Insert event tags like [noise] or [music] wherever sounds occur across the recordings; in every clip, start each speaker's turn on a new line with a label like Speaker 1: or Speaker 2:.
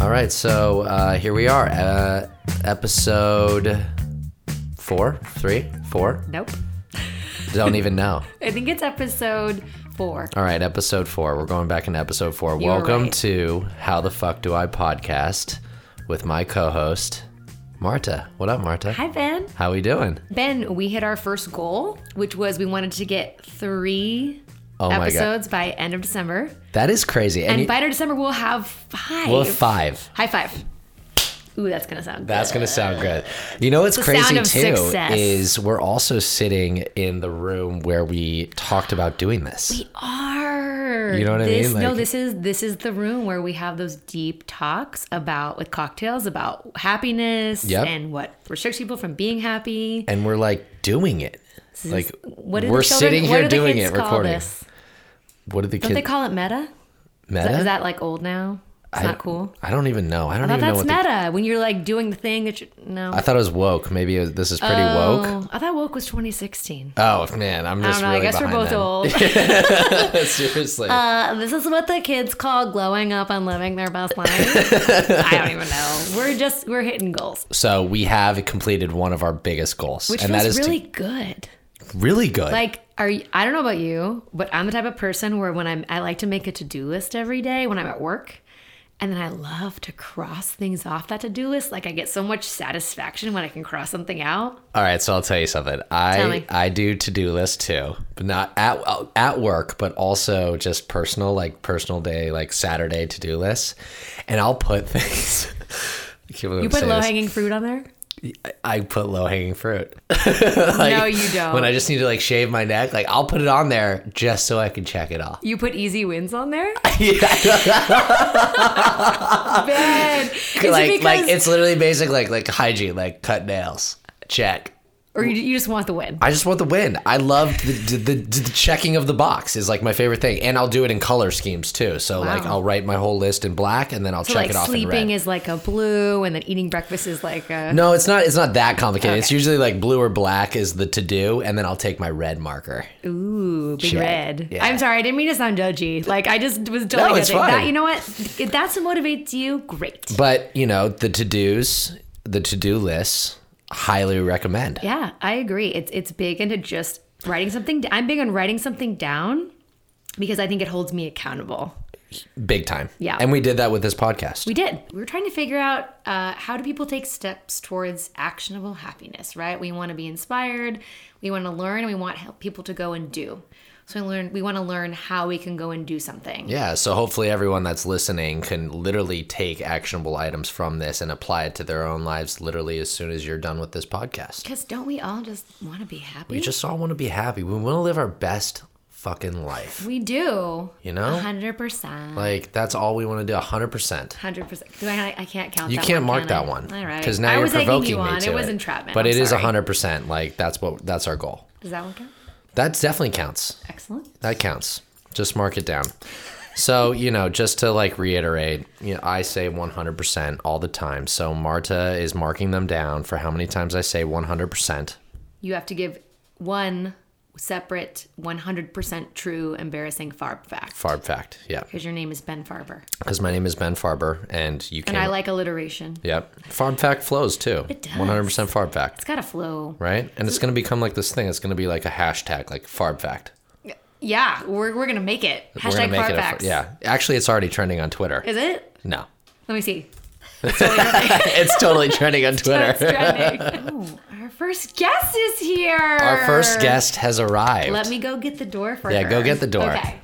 Speaker 1: All right, so uh, here we are, uh, episode four, three, four.
Speaker 2: Nope.
Speaker 1: Don't even know.
Speaker 2: I think it's episode four.
Speaker 1: All right, episode four. We're going back into episode four.
Speaker 2: You were
Speaker 1: Welcome
Speaker 2: right.
Speaker 1: to How the Fuck Do I Podcast with my co-host Marta. What up, Marta?
Speaker 2: Hi, Ben.
Speaker 1: How we doing?
Speaker 2: Ben, we hit our first goal, which was we wanted to get three
Speaker 1: Oh my god,
Speaker 2: episodes by end of December.
Speaker 1: that is crazy. And,
Speaker 2: And
Speaker 1: you-
Speaker 2: by end of December, we'll have 5
Speaker 1: well, five.
Speaker 2: High five. Ooh, that's going to sound
Speaker 1: That's
Speaker 2: good.
Speaker 1: gonna sound good. You know what's
Speaker 2: the
Speaker 1: crazy
Speaker 2: sound
Speaker 1: too
Speaker 2: of success.
Speaker 1: is we're also sitting in the room where we talked about doing this.
Speaker 2: We are.
Speaker 1: You know what I
Speaker 2: This-
Speaker 1: mean?
Speaker 2: no,
Speaker 1: Like-
Speaker 2: this is this is the room where we have those deep talks about with cocktails about happiness
Speaker 1: Yep.
Speaker 2: and what restricts people from being happy.
Speaker 1: and we're like doing it. Like
Speaker 2: What do the
Speaker 1: we're
Speaker 2: children-
Speaker 1: sitting
Speaker 2: what
Speaker 1: here
Speaker 2: do the
Speaker 1: doing
Speaker 2: kids
Speaker 1: it,
Speaker 2: call
Speaker 1: recording.
Speaker 2: this?
Speaker 1: What did the
Speaker 2: Don't they
Speaker 1: kids
Speaker 2: call it meta? Is
Speaker 1: meta?
Speaker 2: that, is that like old now? It's
Speaker 1: I-
Speaker 2: not cool.
Speaker 1: I don't even know. I don't
Speaker 2: No,
Speaker 1: even know
Speaker 2: that's
Speaker 1: what. The,
Speaker 2: meta. When you're like doing the thing that you no.
Speaker 1: I thought it was woke. Maybe it was, this is pretty woke.
Speaker 2: Oh, I thought woke was 2016.
Speaker 1: Oh man, I'm
Speaker 2: I
Speaker 1: just
Speaker 2: don't know.
Speaker 1: really
Speaker 2: I guess we're
Speaker 1: behind
Speaker 2: both
Speaker 1: that. [laughs]
Speaker 2: old.
Speaker 1: Seriously,
Speaker 2: Uh, this is what the kids call glowing up and living their
Speaker 1: [laughs]
Speaker 2: best life. I don't even know. We're just we're hitting goals,
Speaker 1: so we have completed one of our biggest goals,
Speaker 2: which
Speaker 1: and that
Speaker 2: feels
Speaker 1: is to-
Speaker 2: really good.
Speaker 1: really good.
Speaker 2: Like, are you, I don't know about you, but I'm the type of person where when I'm I like to make a to do list every day when I'm at work, and then I love to cross things off that to do list. Like I get so much satisfaction when I can cross something out.
Speaker 1: All right, so I'll tell you something. I
Speaker 2: Tell me.
Speaker 1: I do to do lists too, but not at at work, but also just personal, like personal day, like Saturday to do lists, and I'll put [laughs] things. I can't believe
Speaker 2: You
Speaker 1: I'm
Speaker 2: put
Speaker 1: saying
Speaker 2: low
Speaker 1: this.
Speaker 2: hanging fruit on there?
Speaker 1: I put low hanging fruit.
Speaker 2: no, you
Speaker 1: [laughs]
Speaker 2: don't.
Speaker 1: When I just need to like shave my neck, like I'll put it on there just so I can check it off.
Speaker 2: you put easy wins
Speaker 1: [laughs]
Speaker 2: on there? [laughs]
Speaker 1: [laughs]
Speaker 2: Bad. Is it
Speaker 1: like like
Speaker 2: because-
Speaker 1: it's literally basic like like hygiene, like cut nails, check.
Speaker 2: or you, you just want the win.
Speaker 1: I just want the win. I love the, the, the, the checking of the box is like my favorite thing, and I'll do it in color schemes too. So like
Speaker 2: Wow.
Speaker 1: I'll write my whole list in black, and then I'll
Speaker 2: So
Speaker 1: check
Speaker 2: like
Speaker 1: it off in red.
Speaker 2: sleeping is like a blue, and then eating breakfast is like a.
Speaker 1: no, it's not. It's not that complicated. It's
Speaker 2: Okay.
Speaker 1: usually like blue or black is the to do, and then I'll take my red marker.
Speaker 2: Ooh, big
Speaker 1: Shit.
Speaker 2: red.
Speaker 1: Yeah.
Speaker 2: I'm sorry, I didn't mean to sound judgy. Like I just was totally
Speaker 1: No, it's
Speaker 2: judging. That,
Speaker 1: fine.
Speaker 2: you know what? If that's what motivates you, great.
Speaker 1: But you know the to dos, the to do lists, highly recommend.
Speaker 2: Yeah, I agree. It's it's big into just writing something. d- I'm big on writing something down because I think it holds me accountable.
Speaker 1: Big time.
Speaker 2: Yeah.
Speaker 1: And we did that with this podcast.
Speaker 2: We did. We were trying to figure out uh, how do people take steps towards actionable happiness, right? We want to be inspired, we want to learn, and we want help people to go and do. So we learn. We want to learn how we can go and do something.
Speaker 1: yeah. So hopefully everyone that's listening can literally take actionable items from this and apply it to their own lives literally as soon as you're done with this podcast.
Speaker 2: Because don't we all just want to be happy?
Speaker 1: We just all want to be happy. We want to live our best fucking life.
Speaker 2: We do.
Speaker 1: You know?
Speaker 2: hundred percent.
Speaker 1: Like that's all we want to do 100%.
Speaker 2: Hundred percent. I, I can't count.
Speaker 1: You
Speaker 2: that
Speaker 1: can't
Speaker 2: one,
Speaker 1: mark
Speaker 2: can I?
Speaker 1: that one.
Speaker 2: All right.
Speaker 1: Because now
Speaker 2: I
Speaker 1: you're
Speaker 2: was egging
Speaker 1: provoking
Speaker 2: you
Speaker 1: me
Speaker 2: on.
Speaker 1: to
Speaker 2: it. was entrapment.
Speaker 1: But
Speaker 2: I'm
Speaker 1: it is a
Speaker 2: sorry.
Speaker 1: 100%. Like that's what that's our goal.
Speaker 2: Does that one count?
Speaker 1: That definitely counts.
Speaker 2: Excellent.
Speaker 1: That counts. Just mark it down. So, you know, just to like reiterate, you know, I say 100% all the time. So, Marta is marking them down for how many times I say 100%.
Speaker 2: You have to give one separate, one hundred percent true, embarrassing Farb fact.
Speaker 1: Farb fact. Yeah.
Speaker 2: Because your name is Ben Farber,
Speaker 1: Because my name is Ben Farber and you can.
Speaker 2: and I like alliteration.
Speaker 1: Yep. Farb fact flows too.
Speaker 2: It does. Mm-hmm.
Speaker 1: 100% Farb fact.
Speaker 2: It's got a flow.
Speaker 1: Right? And it's going to become like this thing. It's going to be like a hashtag, like Farb fact.
Speaker 2: Yeah, we're, we're gonna make it.
Speaker 1: We're
Speaker 2: Hashtag
Speaker 1: gonna
Speaker 2: Farb
Speaker 1: it a-
Speaker 2: facts.
Speaker 1: Yeah. Actually, it's already trending on Twitter.
Speaker 2: Is it?
Speaker 1: no. [laughs]
Speaker 2: Let me see.
Speaker 1: it's totally trending
Speaker 2: [laughs]
Speaker 1: on Twitter. [laughs]
Speaker 2: It's trending. oh, our first guest is here.
Speaker 1: Our first guest has arrived.
Speaker 2: Let me go get the door for
Speaker 1: Yeah,
Speaker 2: her.
Speaker 1: go get the door.
Speaker 2: Okay.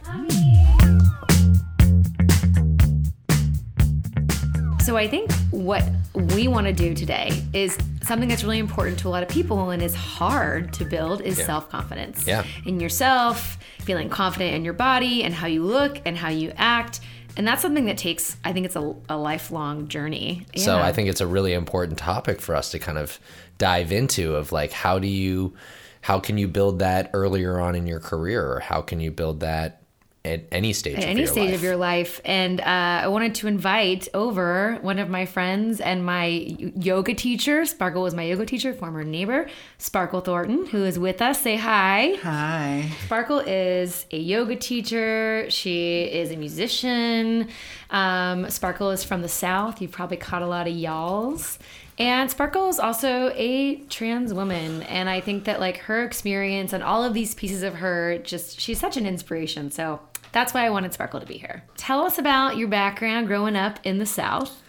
Speaker 2: So I think what we want to do today is something that's really important to a lot of people and is hard to build is self-confidence.
Speaker 1: Yeah.
Speaker 2: In yourself, feeling confident in your body and how you look and how you act. And that's something that takes, I think it's a, a lifelong journey.
Speaker 1: So
Speaker 2: Yeah.
Speaker 1: I think it's a really important topic for us to kind of dive into of like how do you how can you build that earlier on in your career or how can you build that at any stage
Speaker 2: at
Speaker 1: of
Speaker 2: any
Speaker 1: your
Speaker 2: stage
Speaker 1: life.
Speaker 2: of your life. And uh, I wanted to invite over one of my friends and my y- yoga teacher. Sparkle was my yoga teacher, former neighbor, Sparkle Thornton, who is with us. Say hi.
Speaker 3: Hi.
Speaker 2: Sparkle is a yoga teacher. She is a musician. Um, Sparkle is from the South. You've probably caught a lot of y'alls. And Sparkle is also a trans woman. And I think that, like, her experience and all of these pieces of her, just she's such an inspiration. So that's why I wanted Sparkle to be here. Tell us about your background growing up in the South.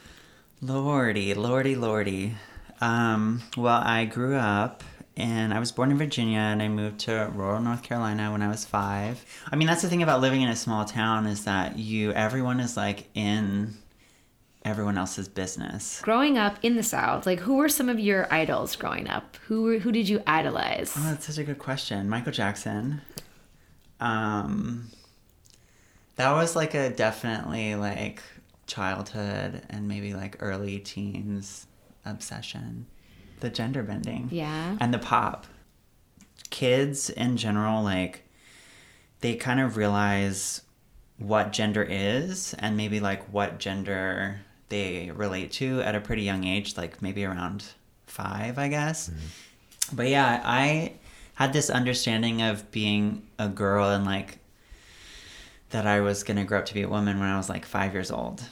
Speaker 3: Lordy, lordy, lordy. Um, well, I grew up and I was born in Virginia and I moved to rural North Carolina when I was five. I mean, that's the thing about living in a small town is that you, everyone is like in everyone else's business.
Speaker 2: Growing up in the South, like, who were some of your idols growing up? Who were, who did you idolize?
Speaker 3: Oh, that's such a good question. Michael Jackson. Um, that was like a definitely like childhood and maybe like early teens obsession. The gender bending.
Speaker 2: Yeah.
Speaker 3: And the pop. Kids in general, like, they kind of realize what gender is and maybe like what gender they relate to at a pretty young age, like maybe around five, I guess. But yeah, I had this understanding of being a girl and like that I was gonna grow up to be a woman when I was like five years old,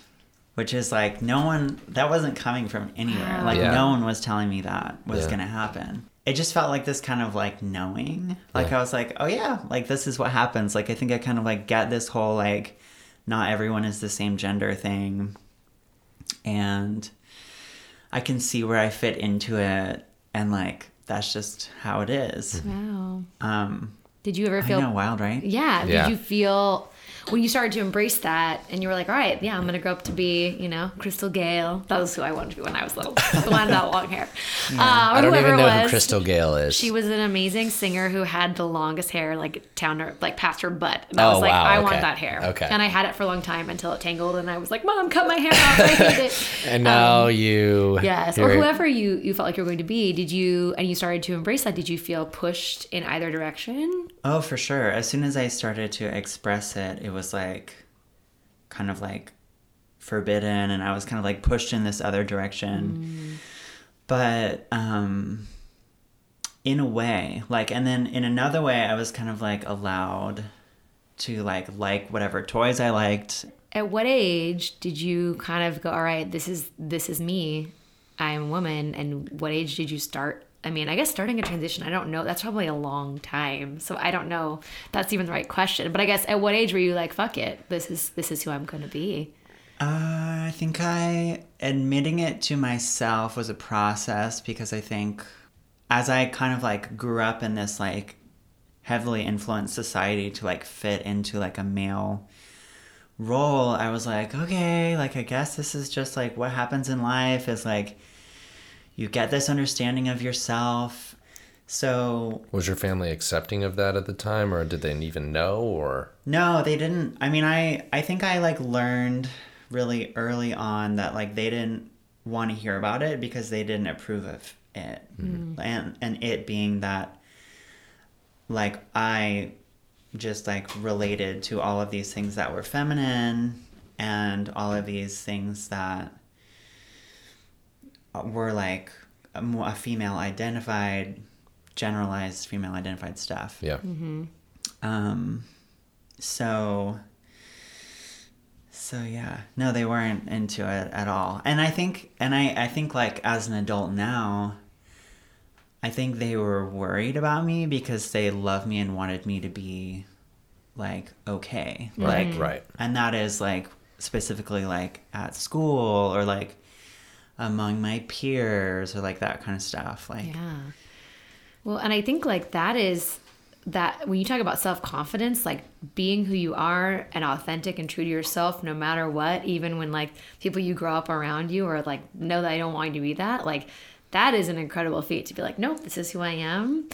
Speaker 3: which is like no one that wasn't coming from anywhere. Like
Speaker 1: Yeah.
Speaker 3: no one was telling me that was
Speaker 1: Yeah.
Speaker 3: gonna happen. It just felt like this kind of like knowing. Like I was like, oh yeah, like this is what happens. Like I think I kind of like get this whole like not everyone is the same gender thing, and I can see where I fit into it, and like that's just how it is.
Speaker 2: Mm-hmm. Wow.
Speaker 3: Um,
Speaker 2: Did you ever
Speaker 3: I
Speaker 2: feel
Speaker 3: know, wild, right?
Speaker 2: Yeah.
Speaker 1: Yeah.
Speaker 2: Did you feel when you started to embrace that and you were like, all right, yeah, I'm going to grow up to be, you know, Crystal Gale. That was who I wanted to be when I was
Speaker 3: [laughs]
Speaker 2: little. the one without long hair. Uh, or
Speaker 1: I don't
Speaker 2: whoever
Speaker 1: even
Speaker 2: it
Speaker 1: know who
Speaker 2: was.
Speaker 1: Crystal Gale is.
Speaker 2: She was an amazing singer who had the longest hair, like down her, like past her butt. And I
Speaker 1: Oh,
Speaker 2: was like,
Speaker 1: wow,
Speaker 2: I
Speaker 1: okay.
Speaker 2: want that hair.
Speaker 1: Okay.
Speaker 2: And I had it for a long time until it tangled, and I was like, Mom, cut my hair off. I
Speaker 1: [laughs]
Speaker 2: hate it.
Speaker 1: and now you.
Speaker 2: um, Yes,
Speaker 1: you're
Speaker 2: or
Speaker 1: a-
Speaker 2: whoever you you felt like you were going to be. Did you and you started to embrace that? Did you feel pushed in either direction?
Speaker 3: Oh, for sure. As soon as I started to express it, it was like kind of like forbidden and I was kind of like pushed in this other direction. But um in a way, like and then in another way I was kind of like allowed to like like whatever toys I liked.
Speaker 2: at what age did you kind of go all right this is this is me i'm a woman and what age did you start i mean i guess starting a transition i don't know that's probably a long time so i don't know if that's even the right question but i guess at what age were you like fuck it this is this is who i'm gonna be
Speaker 3: Uh, I think I admitting it to myself was a process because I think as I kind of like grew up in this like heavily influenced society to like fit into like a male role, I was like, okay, like I guess this is just like what happens in life is like you get this understanding of yourself. So
Speaker 1: was your family accepting of that at the time, or did they even know? Or
Speaker 3: No, they didn't. I mean, I I think I like learned really early on that like they didn't want to hear about it because they didn't approve of it. And and it being that like I just like related to all of these things that were feminine and all of these things that were like a, more- a female identified generalized female identified stuff.
Speaker 1: yeah,
Speaker 3: Um, so, so yeah, no, they weren't into it at all. And I think, and I, I think like as an adult now, I think they were worried about me because they loved me and wanted me to be like, okay,
Speaker 1: right,
Speaker 3: like,
Speaker 1: right.
Speaker 3: and that is like specifically like at school or like among my peers or like that kind of stuff. Like,
Speaker 2: yeah well and i think like that is that when you talk about self-confidence like being who you are and authentic and true to yourself no matter what even when like people you grow up around you are like no that i don't want you to be that like that is an incredible feat to be like nope this is who i am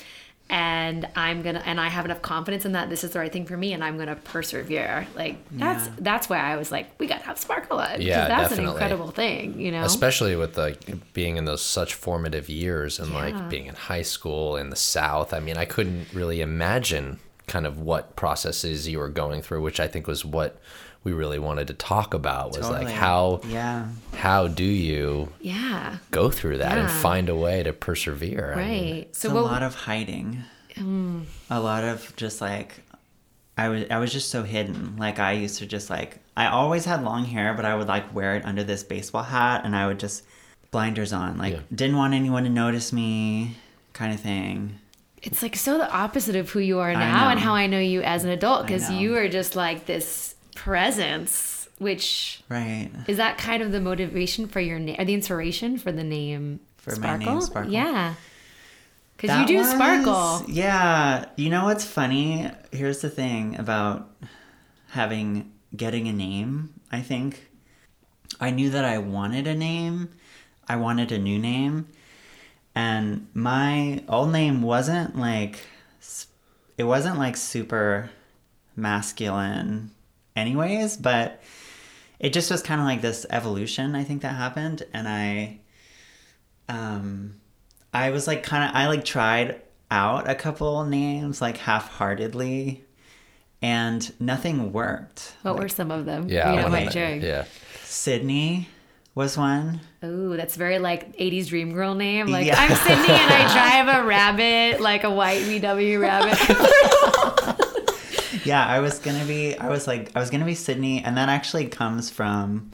Speaker 2: and i'm gonna and i have enough confidence in that this is the right thing for me and i'm gonna persevere like that's
Speaker 3: Yeah.
Speaker 2: that's why i was like we gotta have sparkle on 'cause
Speaker 1: Yeah,
Speaker 2: that's
Speaker 1: definitely.
Speaker 2: an incredible thing you know
Speaker 1: especially with like being in those such formative years and
Speaker 2: Yeah.
Speaker 1: like being in high school in the south i mean i couldn't really imagine kind of what processes you were going through, which I think was what we really wanted to talk about was
Speaker 3: Totally.
Speaker 1: like how
Speaker 3: Yeah.
Speaker 1: how do you
Speaker 2: Yeah.
Speaker 1: go through that and
Speaker 2: Yeah.
Speaker 1: find a way to persevere? I mean,
Speaker 2: Right.
Speaker 3: It's
Speaker 2: So
Speaker 3: a
Speaker 2: what? Mm.
Speaker 3: lot of hiding. A lot of just like I was I was just so hidden. Like I used to just like I always had long hair, but I would like wear it under this baseball hat and I would just blinders on. Like didn't want anyone to notice me kind of thing.
Speaker 2: it's like so the opposite of who you are now
Speaker 3: know.
Speaker 2: and how I know you as an adult because
Speaker 3: know.
Speaker 2: you are just like this presence, which
Speaker 3: Right.
Speaker 2: is that kind of the motivation for your name, or the inspiration for the name
Speaker 3: For my name, Sparkle.
Speaker 2: Yeah, because you
Speaker 3: That
Speaker 2: do
Speaker 3: was-
Speaker 2: sparkle.
Speaker 3: Yeah. You know what's funny? Here's the thing about having getting a name, I think. I knew that I wanted a name. I wanted a new name. And my old name wasn't like s- it wasn't like super masculine anyways, but it just was kind of like this evolution I think that happened and I um I was like kind of I like tried out a couple names like half-heartedly and nothing worked.
Speaker 2: What were some of them?
Speaker 1: Yeah.
Speaker 2: you know,
Speaker 1: I
Speaker 2: my
Speaker 1: wanna-
Speaker 2: joke.
Speaker 1: Yeah.
Speaker 3: Sydney was one.
Speaker 2: Ooh, that's very like 80s dream girl name. Like,
Speaker 3: Yeah.
Speaker 2: I'm Sydney and
Speaker 3: [laughs]
Speaker 2: I drive a rabbit, like a white VW
Speaker 3: [laughs]
Speaker 2: rabbit.
Speaker 3: Yeah, I was going to be I was like I was going to be Sydney and that actually comes from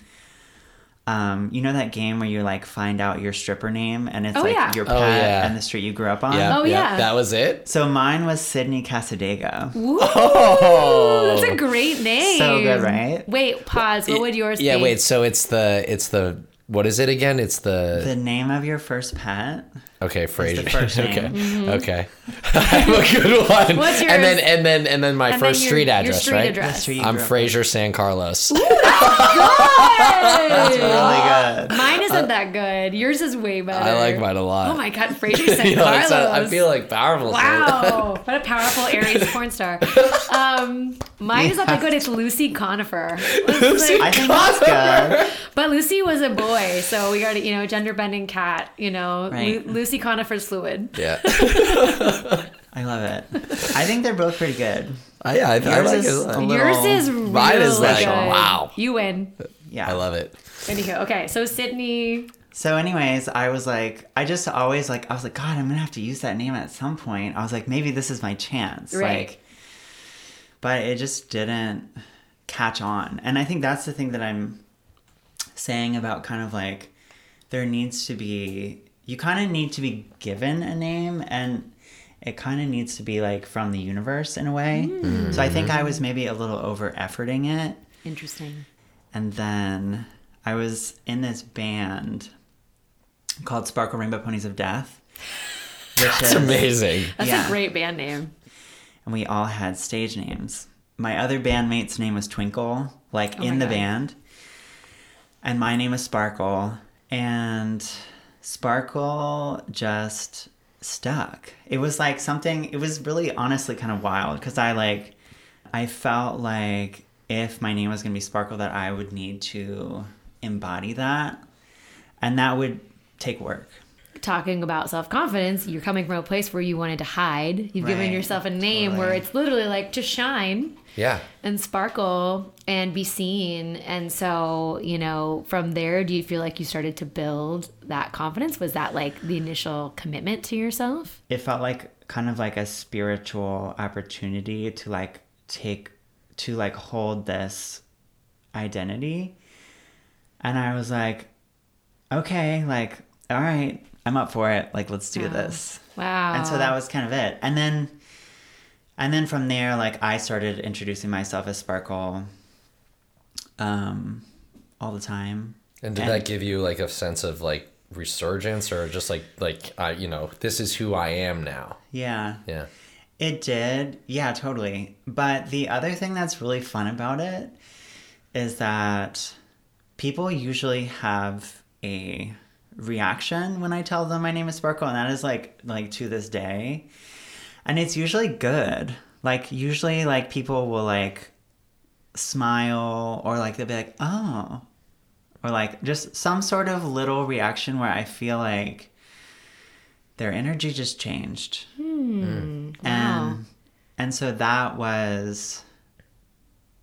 Speaker 3: um, you know that game where you like find out your stripper name and it's
Speaker 2: Oh,
Speaker 3: like
Speaker 2: yeah.
Speaker 3: your
Speaker 1: Oh,
Speaker 3: pet
Speaker 1: yeah.
Speaker 3: and the street you grew up on.
Speaker 1: Yeah.
Speaker 2: Oh, yeah.
Speaker 1: That was it.
Speaker 3: So mine was Sydney Casadega.
Speaker 2: Ooh,
Speaker 1: Oh.
Speaker 2: that's a great name.
Speaker 3: So good, right?
Speaker 2: Wait, pause. What would yours
Speaker 1: yeah,
Speaker 2: be?
Speaker 1: wait. So it's the it's the what is it again? It's the,
Speaker 3: The name of your first pet.
Speaker 1: okay Frasier. [laughs]
Speaker 3: first
Speaker 1: okay,
Speaker 3: name.
Speaker 1: okay. [laughs] I'm a good one.
Speaker 2: Mm-hmm. What's
Speaker 1: And then
Speaker 2: yours?
Speaker 1: and then and then my
Speaker 2: And then
Speaker 1: first
Speaker 2: your-
Speaker 1: street
Speaker 2: your
Speaker 1: address,
Speaker 2: street
Speaker 1: right?
Speaker 2: address.
Speaker 3: Street you
Speaker 1: I'm
Speaker 3: grew up
Speaker 1: Frasier San Carlos.
Speaker 2: Hey!
Speaker 3: on. Really good.
Speaker 2: Mine isn't that good. Yours is way better.
Speaker 1: I like mine a lot. [laughs]
Speaker 2: Oh my God, Frasier San
Speaker 1: You know, it's
Speaker 2: Carlos.
Speaker 1: a- I feel like powerful. [laughs]
Speaker 2: Wow, what a powerful Aries porn star. Um, mine is not that good. It's Lucy Conifer.
Speaker 1: Lucy
Speaker 3: I think that's
Speaker 2: [laughs]
Speaker 3: good.
Speaker 2: But Lucy was a boy, so we got to, you know, gender bending cat, you know,
Speaker 3: Right.
Speaker 2: Lu- Lucy Conifer's fluid. [laughs]
Speaker 1: Yeah. [laughs]
Speaker 3: I love it. I think they're both pretty good.
Speaker 1: I, I, I
Speaker 3: Yours
Speaker 1: like
Speaker 3: is
Speaker 1: it. a
Speaker 3: a
Speaker 1: lot.
Speaker 3: little-
Speaker 2: Yours is really
Speaker 1: Mine is like,
Speaker 2: good.
Speaker 1: wow.
Speaker 2: You win.
Speaker 3: Yeah.
Speaker 1: I love it.
Speaker 2: Anywho, okay, so Sydney,
Speaker 3: So, anyways, I was like, I just always like, I was like, God, I'm gonna have to use that name at some point. I was like, maybe this is my chance.
Speaker 2: Right.
Speaker 3: Like, but it just didn't catch on. And I think that's the thing that I'm saying about kind of like, there needs to be, you kind of need to be given a name and it kind of needs to be like from the universe in a way. So, I think I was maybe a little over efforting it.
Speaker 2: interesting.
Speaker 3: And then I was in this band called Sparkle Rainbow Ponies of Death. Which
Speaker 1: It's amazing.
Speaker 2: That's
Speaker 3: Yeah.
Speaker 2: a great band name.
Speaker 3: And we all had stage names. My other bandmate's name was Twinkle, like
Speaker 2: Oh my
Speaker 3: in the
Speaker 2: God.
Speaker 3: band. And my name is Sparkle. And Sparkle just stuck. It was like something, it was really honestly kind of wild because I like, I felt like if my name was going to be Sparkle, that I would need to embody that. And that would take work.
Speaker 2: Talking about self confidence, you're coming from a place where you wanted to hide. You've given
Speaker 3: Right,
Speaker 2: yourself a name where
Speaker 3: totally.
Speaker 2: it's literally like to shine.
Speaker 1: Yeah.
Speaker 2: and sparkle and be seen. And so, you know, from there, do you feel like you started to build that confidence? Was that like the initial commitment to yourself?
Speaker 3: it felt like kind of like a spiritual opportunity to like take to like hold this identity and i was like okay like all right i'm up for it like let's do this
Speaker 2: Wow.
Speaker 3: and so that was kind of it and then and then from there like i started introducing myself as sparkle um all the time
Speaker 1: And did that give you like a sense of like resurgence or just like like I you know this is who I am now?
Speaker 3: yeah
Speaker 1: Yeah.
Speaker 3: It did. Yeah, totally. But the other thing that's really fun about it is that people usually have a reaction when I tell them my name is Sparkle and that is like like to this day. And it's usually good. Like usually like people will like smile or like they'll be like, "Oh." Or like just some sort of little reaction where I feel like their energy just changed.
Speaker 2: Wow.
Speaker 3: And And so that was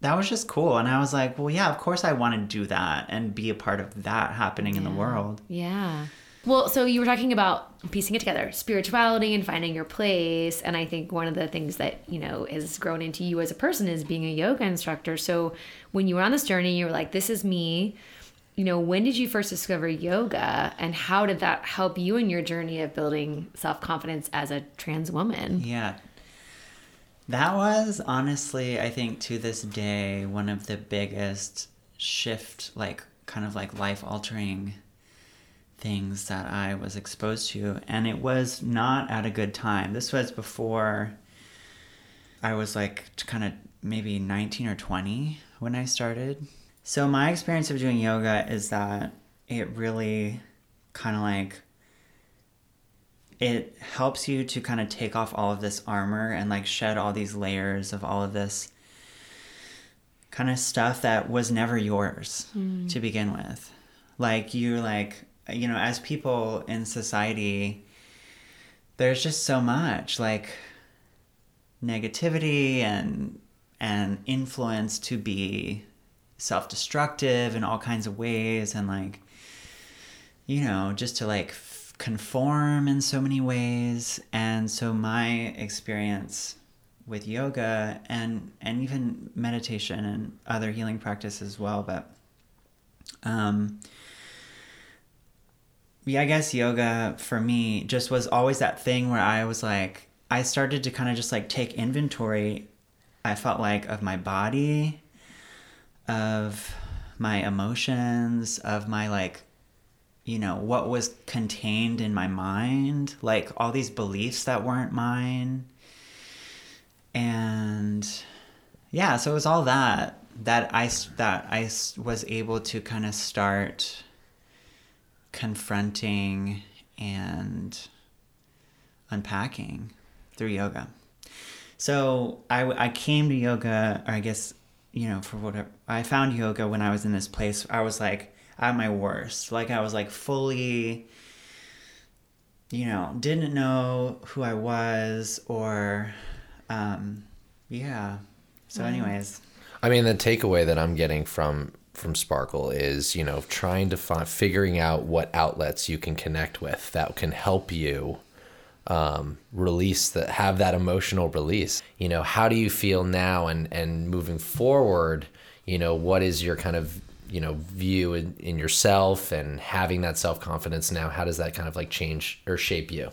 Speaker 3: that was just cool and I was like, well yeah, of course I want to do that and be a part of that happening in the world.
Speaker 2: Yeah. Well, so you were talking about piecing it together, spirituality and finding your place. And I think one of the things that, you know, has grown into you as a person is being a yoga instructor. So when you were on this journey, you were like, this is me. You know, when did you first discover yoga and how did that help you in your journey of building self confidence as a trans woman?
Speaker 3: Yeah. That was honestly, I think to this day, one of the biggest shift, like kind of like life altering things that I was exposed to. And it was not at a good time. This was before I was like kind of maybe 19 or 20 when I started. So my experience of doing yoga is that it really kind of like it helps you to kind of take off all of this armor and like shed all these layers of all of this kind of stuff that was never yours to begin with. Like you like you know as people in society there's just so much like negativity and and influence to be self-destructive in all kinds of ways and like you know just to like f- conform in so many ways and so my experience with yoga and and even meditation and other healing practices as well but um yeah, I guess yoga for me just was always that thing where I was like, I started to kind of just like take inventory, I felt like, of my body, of my emotions, of my like, you know, what was contained in my mind, like all these beliefs that weren't mine. And yeah, so it was all that that I s- that I s- was able to kind of start confronting and unpacking through yoga. So I, I came to yoga, or I guess, you know, for whatever, I found yoga when I was in this place. I was like at my worst. Like I was like fully, you know, didn't know who I was or, um, yeah. So, anyways,
Speaker 1: I mean, the takeaway that I'm getting from from Sparkle is, you know, trying to find, figuring out what outlets you can connect with that can help you um, release that, have that emotional release. You know, how do you feel now, and and moving forward, you know, what is your kind of you know view in, in yourself and having that self confidence now? How does that kind of like change or shape you?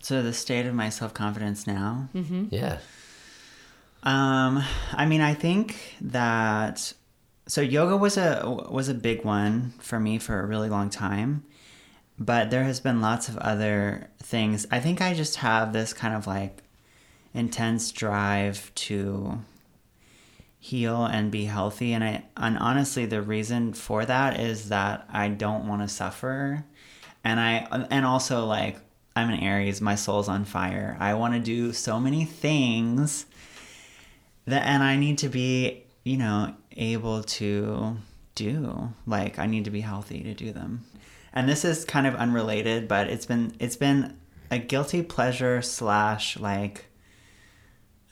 Speaker 3: so the state of my self confidence now.
Speaker 1: Yeah,
Speaker 3: Um, I mean, I think that so yoga was a was a big one for me for a really long time, but there has been lots of other things. I think I just have this kind of like intense drive to heal and be healthy and I and honestly the reason for that is that I don't want to suffer and I and also like I'm an Aries, my soul's on fire. I want to do so many things that and I need to be, you know, able to do. Like I need to be healthy to do them. And this is kind of unrelated, but it's been it's been a guilty pleasure slash like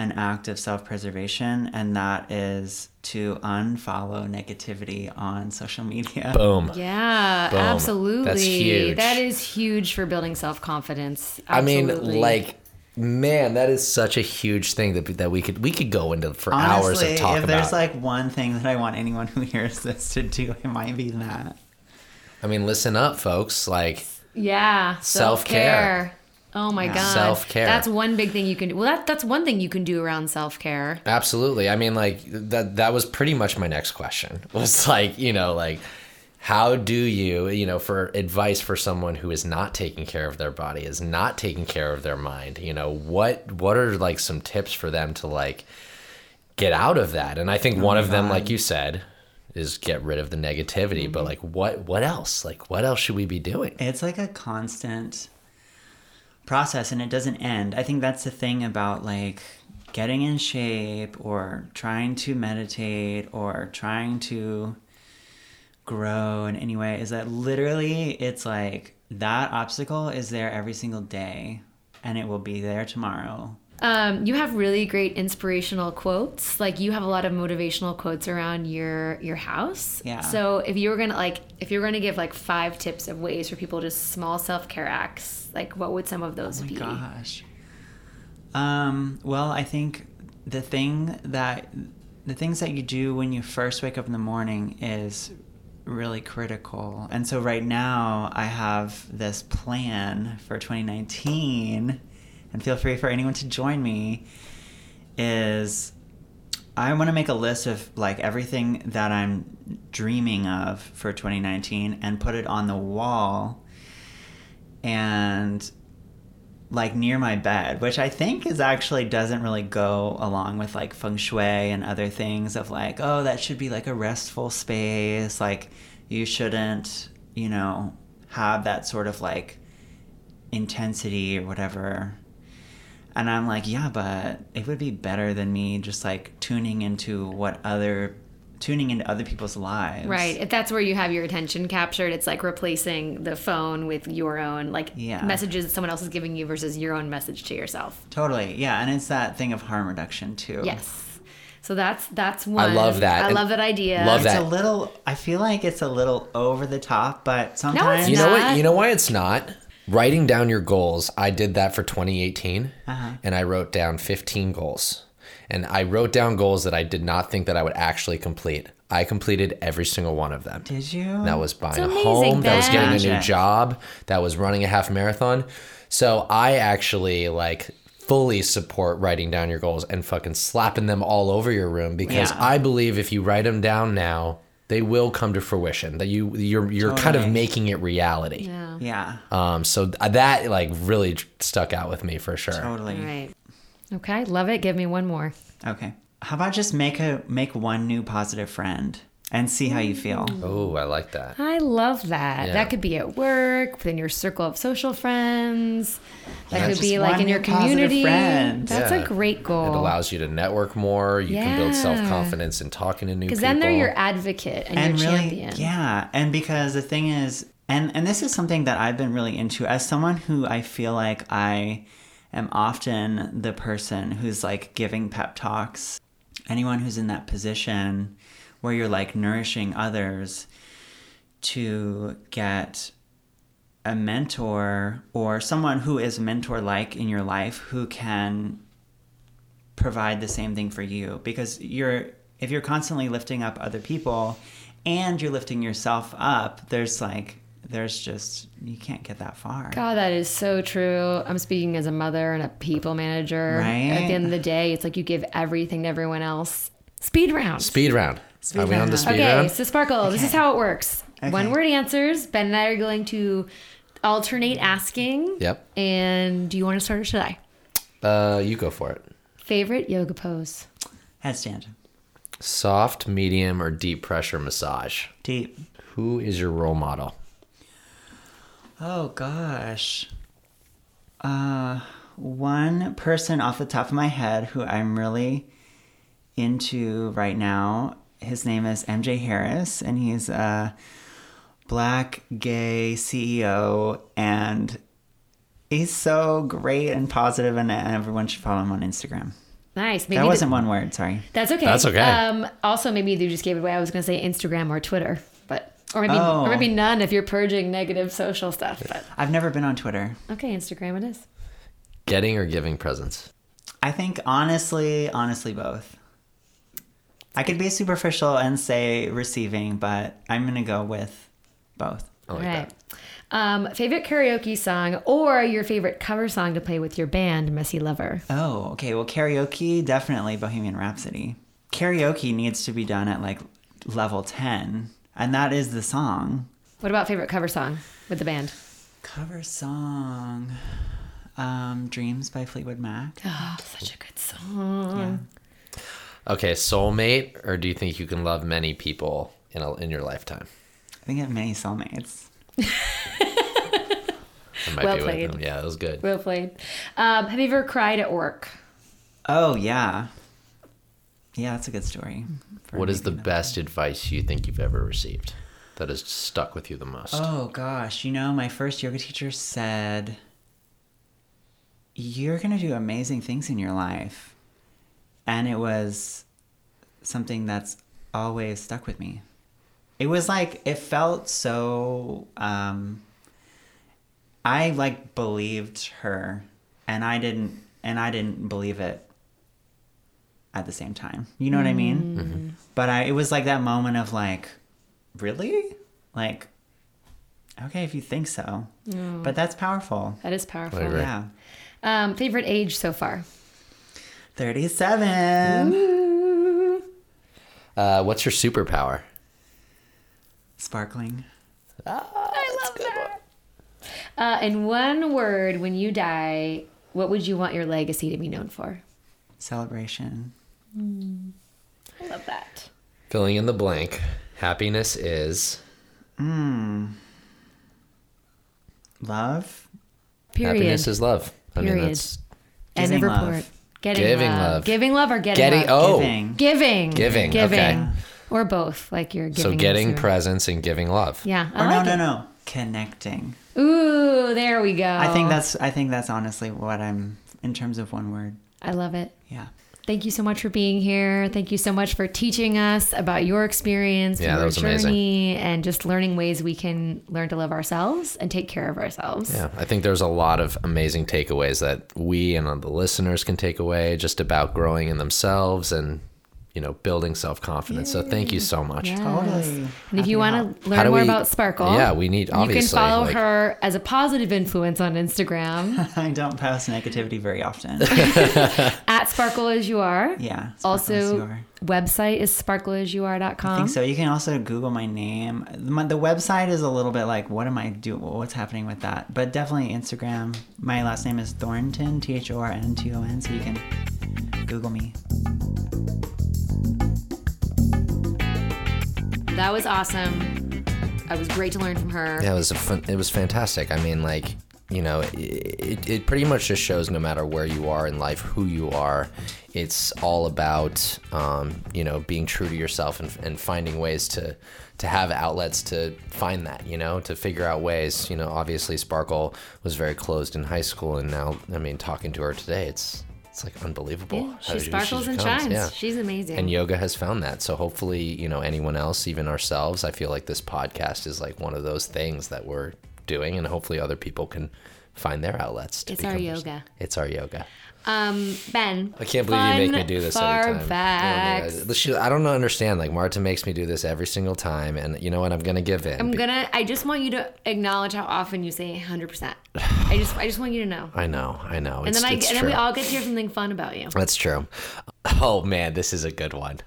Speaker 3: an act of self-preservation and that is to unfollow negativity on social media.
Speaker 1: boom.
Speaker 2: Yeah,
Speaker 1: Boom. That's
Speaker 2: absolutely.
Speaker 1: huge.
Speaker 2: That is huge for building self confidence.
Speaker 1: I mean, like, man, that is such a huge thing that that we could we could go into for hours
Speaker 3: Honestly,
Speaker 1: of talk
Speaker 3: if
Speaker 1: about.
Speaker 3: there's like one thing that I want anyone who hears this to do, it might be that.
Speaker 1: I mean, listen up, folks. Like,
Speaker 2: Yeah.
Speaker 1: Self-care.
Speaker 2: self-care. Oh my god.
Speaker 1: Self-care.
Speaker 2: That's one big thing you can do. Well, that that's one thing you can do around self-care.
Speaker 1: absolutely. I mean, like that. That was pretty much my next question. [laughs] Was like, you know, like, how do you, you know, for advice for someone who is not taking care of their body, is not taking care of their mind. You know, what what are like some tips for them to like get out of that? And I think one of them, like you said. Is get rid of the negativity, but like what? What else? Like what else should we be doing?
Speaker 3: It's like a constant process and it doesn't end. I think that's the thing about like getting in shape or trying to meditate or trying to grow in any way is that literally it's like that obstacle is there every single day and it will be there tomorrow.
Speaker 2: Um, you have really great inspirational quotes. Like you have a lot of motivational quotes around your your house.
Speaker 3: Yeah.
Speaker 2: So if you were gonna like if you were gonna give like five tips of ways for people just small self care acts, like what would some of those
Speaker 3: Oh my
Speaker 2: be?
Speaker 3: gosh. Um, well, I think the thing that the things that you do when you first wake up in the morning is really critical. And so right now I have this plan for 2019 and feel free for anyone to join me is I want to make a list of like everything that I'm dreaming of for 2019 and put it on the wall and like near my bed, which I think is actually doesn't really go along with like feng shui and other things of like, oh, that should be like a restful space. Like, you shouldn't, you know, have that sort of like intensity or whatever. And I'm like, yeah, but it would be better than me just like tuning into what other, tuning into other people's lives.
Speaker 2: Right. If that's where you have your attention captured, it's like replacing the phone with your own like
Speaker 3: Yeah.
Speaker 2: messages that someone else is giving you versus your own message to yourself.
Speaker 3: Totally. Yeah. And it's that thing of harm reduction too.
Speaker 2: Yes. So that's that's one.
Speaker 1: love that.
Speaker 2: I
Speaker 1: And
Speaker 2: love that idea.
Speaker 1: love
Speaker 3: It's
Speaker 1: that.
Speaker 3: a little. I feel like it's a little over the top, but sometimes
Speaker 1: You
Speaker 2: not.
Speaker 1: know what? You know why it's not? Writing down your goals. I did that for 2018, and I wrote down 15 goals, and I wrote down goals that I did not think that I would actually complete. I completed every single one of them.
Speaker 3: Did you?
Speaker 1: That was buying a
Speaker 2: amazing,
Speaker 1: home. That was
Speaker 2: Ben.
Speaker 1: getting a new
Speaker 3: Magic.
Speaker 1: job. That was running a half marathon. So I actually like fully support writing down your goals and fucking slapping them all over your room because
Speaker 3: Yeah.
Speaker 1: I believe if you write them down now, they will come to fruition. That you you're you're kind of
Speaker 3: Totally.
Speaker 1: making it reality.
Speaker 2: Yeah.
Speaker 3: Yeah,
Speaker 1: Um, so th- that like really stuck out with me for sure.
Speaker 3: totally.
Speaker 2: All right. Okay. Love it. Give me one more.
Speaker 3: Okay. How about just make a make one new positive friend and see how you feel?
Speaker 1: Oh, I like that.
Speaker 2: I love that.
Speaker 1: Yeah.
Speaker 2: That could be at work, within your circle of social friends. That
Speaker 1: Yeah,
Speaker 2: could be
Speaker 3: just
Speaker 2: like
Speaker 3: one
Speaker 2: in your
Speaker 3: new positive
Speaker 2: community.
Speaker 3: friend.
Speaker 2: That's
Speaker 1: Yeah.
Speaker 2: a great
Speaker 1: It
Speaker 2: goal.
Speaker 1: allows you to network more. You can build
Speaker 2: Yeah.
Speaker 1: self confidence in talking to new people.
Speaker 2: Because then they're your advocate and,
Speaker 3: and
Speaker 2: your
Speaker 3: really,
Speaker 2: champion.
Speaker 3: yeah. And because the thing is, and and this is something that I've been really into as someone who I feel like I am often the person who's like giving pep talks. Anyone who's in that position where you're like nourishing others to get a mentor or someone who is mentor like in your life who can provide the same thing for you because you're if you're constantly lifting up other people and you're lifting yourself up there's like there's just you can't get that far
Speaker 2: God, that is so true. I'm speaking as a mother and a people manager.
Speaker 3: Right?
Speaker 2: At the end of the day, it's like you give everything to everyone else. Speed round.
Speaker 1: speed round. Are we on the
Speaker 3: round.
Speaker 1: speed
Speaker 2: okay,
Speaker 1: round?
Speaker 2: so Sparkle, this is
Speaker 3: Okay.
Speaker 2: how it works.
Speaker 3: Okay.
Speaker 2: One word answers. Ben and I are going to alternate asking.
Speaker 1: Yep.
Speaker 2: And do you want to start or should I?
Speaker 1: Uh, you go for it.
Speaker 2: Favorite yoga pose?
Speaker 3: headstand
Speaker 1: Soft, medium, or deep pressure massage.
Speaker 3: deep
Speaker 1: Who is your role model?
Speaker 3: oh gosh uh one person off the top of my head who i'm really into right now his name is mj harris and he's a black gay ceo and he's so great and positive and everyone should follow him on instagram
Speaker 2: Nice. Maybe
Speaker 3: that
Speaker 2: the-
Speaker 3: wasn't one word sorry
Speaker 2: that's okay.
Speaker 1: That's okay.
Speaker 2: Um, also, maybe they just gave it away. I was going to say Instagram or Twitter, but or maybe
Speaker 3: Oh.
Speaker 2: or maybe none if you're purging negative social stuff. But
Speaker 3: i've never been on twitter
Speaker 2: okay, Instagram it is.
Speaker 1: Getting or giving presents?
Speaker 3: I think honestly, honestly both. I could be superficial and say receiving, but I'm gonna go with both.
Speaker 1: I like
Speaker 2: right.
Speaker 1: that.
Speaker 2: Um, favorite karaoke song or your favorite cover song to play with your band, Messy Lover.
Speaker 3: Oh, okay. Well, karaoke definitely Bohemian Rhapsody. Karaoke needs to be done at like level ten, and that is the song.
Speaker 2: What about favorite cover song with the band?
Speaker 3: Cover song, um, "Dreams" by Fleetwood Mac.
Speaker 2: Oh, such a good song.
Speaker 1: Okay, soulmate, or do you think you can love many people in a, in your lifetime?
Speaker 3: I think I have many soulmates.
Speaker 1: That might
Speaker 2: Well
Speaker 1: be one of
Speaker 2: played.
Speaker 1: them. Yeah, that was good.
Speaker 2: Well played. Um, have you ever cried at work?
Speaker 3: Oh yeah, yeah. That's a good story. for
Speaker 1: What is the
Speaker 3: making that.
Speaker 1: best advice you think you've ever received that has stuck with you
Speaker 2: Uh,
Speaker 1: the most?
Speaker 3: Oh gosh, you know, my first yoga teacher said, you're going to do amazing things in your life. And it was something that's always stuck with me. It was like, it felt so, um, I like believed her and I didn't, and I didn't believe it at the same time. You know what I mean? But I, it was like that moment of like, really? Like, okay, if you think so. But that's powerful.
Speaker 2: That is powerful.
Speaker 1: Right.
Speaker 3: Yeah.
Speaker 2: Um, favorite age so far?
Speaker 3: 37.
Speaker 1: Uh, what's your superpower?
Speaker 3: Sparkling.
Speaker 2: I love that. Uh, in one word, when you die, what would you want your legacy to be known for?
Speaker 3: Celebration.
Speaker 2: I love that.
Speaker 1: Filling in the blank. Happiness is.
Speaker 3: Love.
Speaker 2: Period.
Speaker 1: Happiness is love. I mean,
Speaker 2: Period.
Speaker 1: that's
Speaker 2: End of
Speaker 3: Giving
Speaker 2: report.
Speaker 3: love.
Speaker 2: Getting
Speaker 1: Giving
Speaker 2: love.
Speaker 1: love.
Speaker 2: Giving love or getting,
Speaker 1: getting.
Speaker 2: love?
Speaker 1: Oh,
Speaker 3: Giving.
Speaker 2: Giving.
Speaker 1: Giving,
Speaker 2: Giving.
Speaker 1: okay.
Speaker 2: Or both. Like you're giving.
Speaker 1: so getting
Speaker 2: and receiving.
Speaker 1: presents and giving love.
Speaker 2: Yeah. I
Speaker 3: Or
Speaker 2: like
Speaker 3: no,
Speaker 2: it.
Speaker 3: no, no. Connecting.
Speaker 2: Ooh, there we go.
Speaker 3: I think that's I think that's honestly what I'm in terms of one word.
Speaker 2: I love it.
Speaker 3: Yeah. [laughs]
Speaker 2: Thank you so much for being here. Thank you so much for teaching us about your experience,
Speaker 1: Yeah, that
Speaker 2: your
Speaker 1: was amazing.
Speaker 2: journey, and just learning ways we can learn to love ourselves and take care of ourselves.
Speaker 1: Yeah, I think there's a lot of amazing takeaways that we and the listeners can take away just about growing in themselves and you know building self confidence. So thank you so much.
Speaker 2: Yes.
Speaker 3: Totally.
Speaker 2: And if you
Speaker 3: Happy
Speaker 2: want
Speaker 3: to help.
Speaker 1: How
Speaker 2: to learn
Speaker 1: do
Speaker 2: more
Speaker 1: we-
Speaker 2: about Sparkle,
Speaker 1: Yeah, we need-
Speaker 2: You can
Speaker 1: obviously,
Speaker 2: follow
Speaker 1: like-
Speaker 2: her as a positive influence on
Speaker 3: [laughs]
Speaker 2: Instagram
Speaker 3: I don't post negativity very
Speaker 1: [laughs]
Speaker 3: often.
Speaker 2: at Sparkle as you are.
Speaker 3: Yeah. sparkle as you
Speaker 2: Also,
Speaker 3: are.
Speaker 2: website is sparkleasyouare.com.
Speaker 3: I think so. You can also Google my name. My, the website is a little bit like, what am I doing? What's happening with that? But definitely Instagram. My last name is Thornton, T H O R N T O N. So you can Google me.
Speaker 2: That was awesome. It was great to learn from her.
Speaker 1: Yeah, it was a fun, it was fantastic. I mean, like you know, it, it it pretty much just shows no matter where you are in life, who you are. It's all about um, you know being true to yourself and, and finding ways to to have outlets to find that you know to figure out ways you know obviously Sparkle was very closed in high school and now I mean talking to her today it's it's like unbelievable
Speaker 2: Yeah,
Speaker 1: how
Speaker 2: she
Speaker 1: she-
Speaker 2: sparkles and
Speaker 1: becomes.
Speaker 2: shines.
Speaker 1: Yeah
Speaker 2: She's amazing.
Speaker 1: and yoga has found that so hopefully you know anyone else even ourselves i feel like this podcast is like one of those things that we're doing and hopefully other people can find their outlets to
Speaker 2: It's our
Speaker 1: become
Speaker 2: yoga.
Speaker 1: themselves. it's our yoga
Speaker 2: Um, Ben.
Speaker 1: i can't believe you make me do this every time
Speaker 2: Facts.
Speaker 1: Oh my God. She- i don't understand like marta makes me do this every single time and you know what i'm gonna give in
Speaker 2: I'm
Speaker 1: Be-
Speaker 2: gonna. I just want you to acknowledge how often you say 100. percent I just. I just want you
Speaker 1: [sighs]
Speaker 2: to know.
Speaker 1: i know i know
Speaker 2: And
Speaker 1: it's,
Speaker 2: then I. And
Speaker 1: it's
Speaker 2: then
Speaker 1: true
Speaker 2: we all get to hear something fun about you.
Speaker 1: that's true [laughs] oh man this is a good one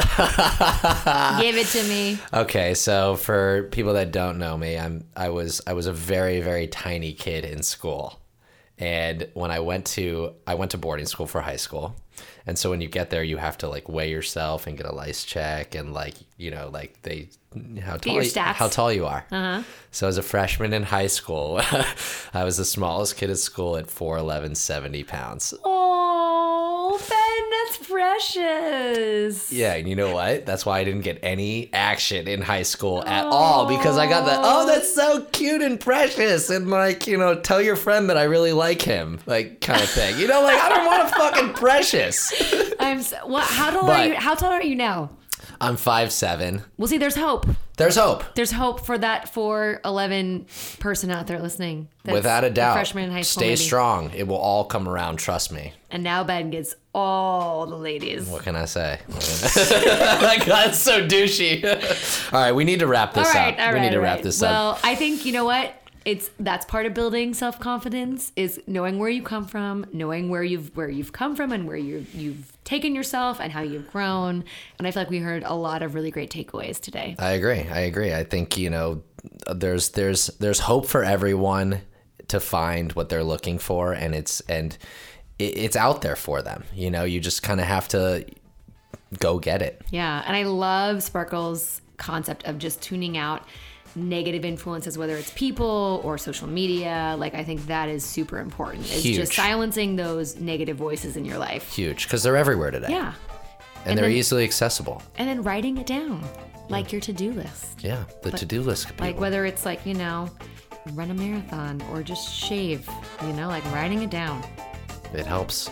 Speaker 1: Ah.
Speaker 2: Give it to
Speaker 1: [sighs]
Speaker 2: me.
Speaker 1: Okay, so for people that don't know me, I'm I was I was a very very tiny kid in school. And when I went to I went to boarding school for high school. And so when you get there, you have to like weigh yourself and get a lice check and like, you know, like they how tall
Speaker 2: your
Speaker 1: you-
Speaker 2: stats. Uh-huh.
Speaker 1: how tall you are. So as a freshman in high school, [laughs] I was the smallest kid at school at 4'11, 70 pounds.
Speaker 2: Oh, Ben, that's precious.
Speaker 1: Yeah, and you know what? That's why I didn't get any action in high school at all because I got that. Oh, that's so cute and precious, and like you know, tell your friend that I really like him, like kind of thing. You know, like I don't want a
Speaker 2: [laughs]
Speaker 1: fucking precious.
Speaker 2: I'm. So, well, how tall are
Speaker 1: But-
Speaker 2: you? How tall are you now?
Speaker 1: I'm five seven.
Speaker 2: Well, see, there's hope.
Speaker 1: There's hope.
Speaker 2: There's hope for that 411 person out there listening. That's
Speaker 1: Without a doubt,
Speaker 2: freshman in high school.
Speaker 1: stay
Speaker 2: maybe.
Speaker 1: strong. It will all come around. Trust me.
Speaker 2: And now Ben gets all the ladies.
Speaker 1: What can I
Speaker 2: [laughs]
Speaker 1: say? [laughs] like that's so douchey. [laughs] all right, we need to wrap this
Speaker 2: All right,
Speaker 1: up.
Speaker 2: all right.
Speaker 1: we need to
Speaker 2: all
Speaker 1: wrap
Speaker 2: right.
Speaker 1: this up.
Speaker 2: Well, I think you know what? It's that's part of building self confidence is knowing where you come from, knowing where you've where you've come from and where you you've taken yourself and how you've grown. And I feel like we heard a lot of really great takeaways today.
Speaker 1: I agree. I agree. I think you know, there's there's there's hope for everyone to find what they're looking for, and it's and it, it's out there for them. You know, you just kind of have to go get it.
Speaker 2: Yeah, and I love Sparkle's concept of just tuning out negative influences, whether it's people or social media. Like I think that is super important. It's
Speaker 1: Huge.
Speaker 2: just silencing those negative voices in your life.
Speaker 1: Huge because they're everywhere today,
Speaker 2: Yeah.
Speaker 1: and, they're
Speaker 2: then-
Speaker 1: easily accessible.
Speaker 2: And then writing it down. Like your to-do list.
Speaker 1: Yeah, the to do list. People.
Speaker 2: Like whether it's like, you know, run a marathon or just shave, you know, like writing it down.
Speaker 1: It [laughs] helps.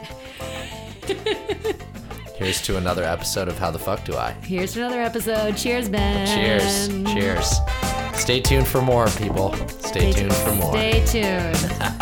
Speaker 1: Here's to another episode of How the Fuck Do I?
Speaker 2: Here's another episode. Cheers, Ben.
Speaker 1: Cheers. Cheers. Stay tuned for more, people. Stay, tuned for more.
Speaker 2: Stay tuned.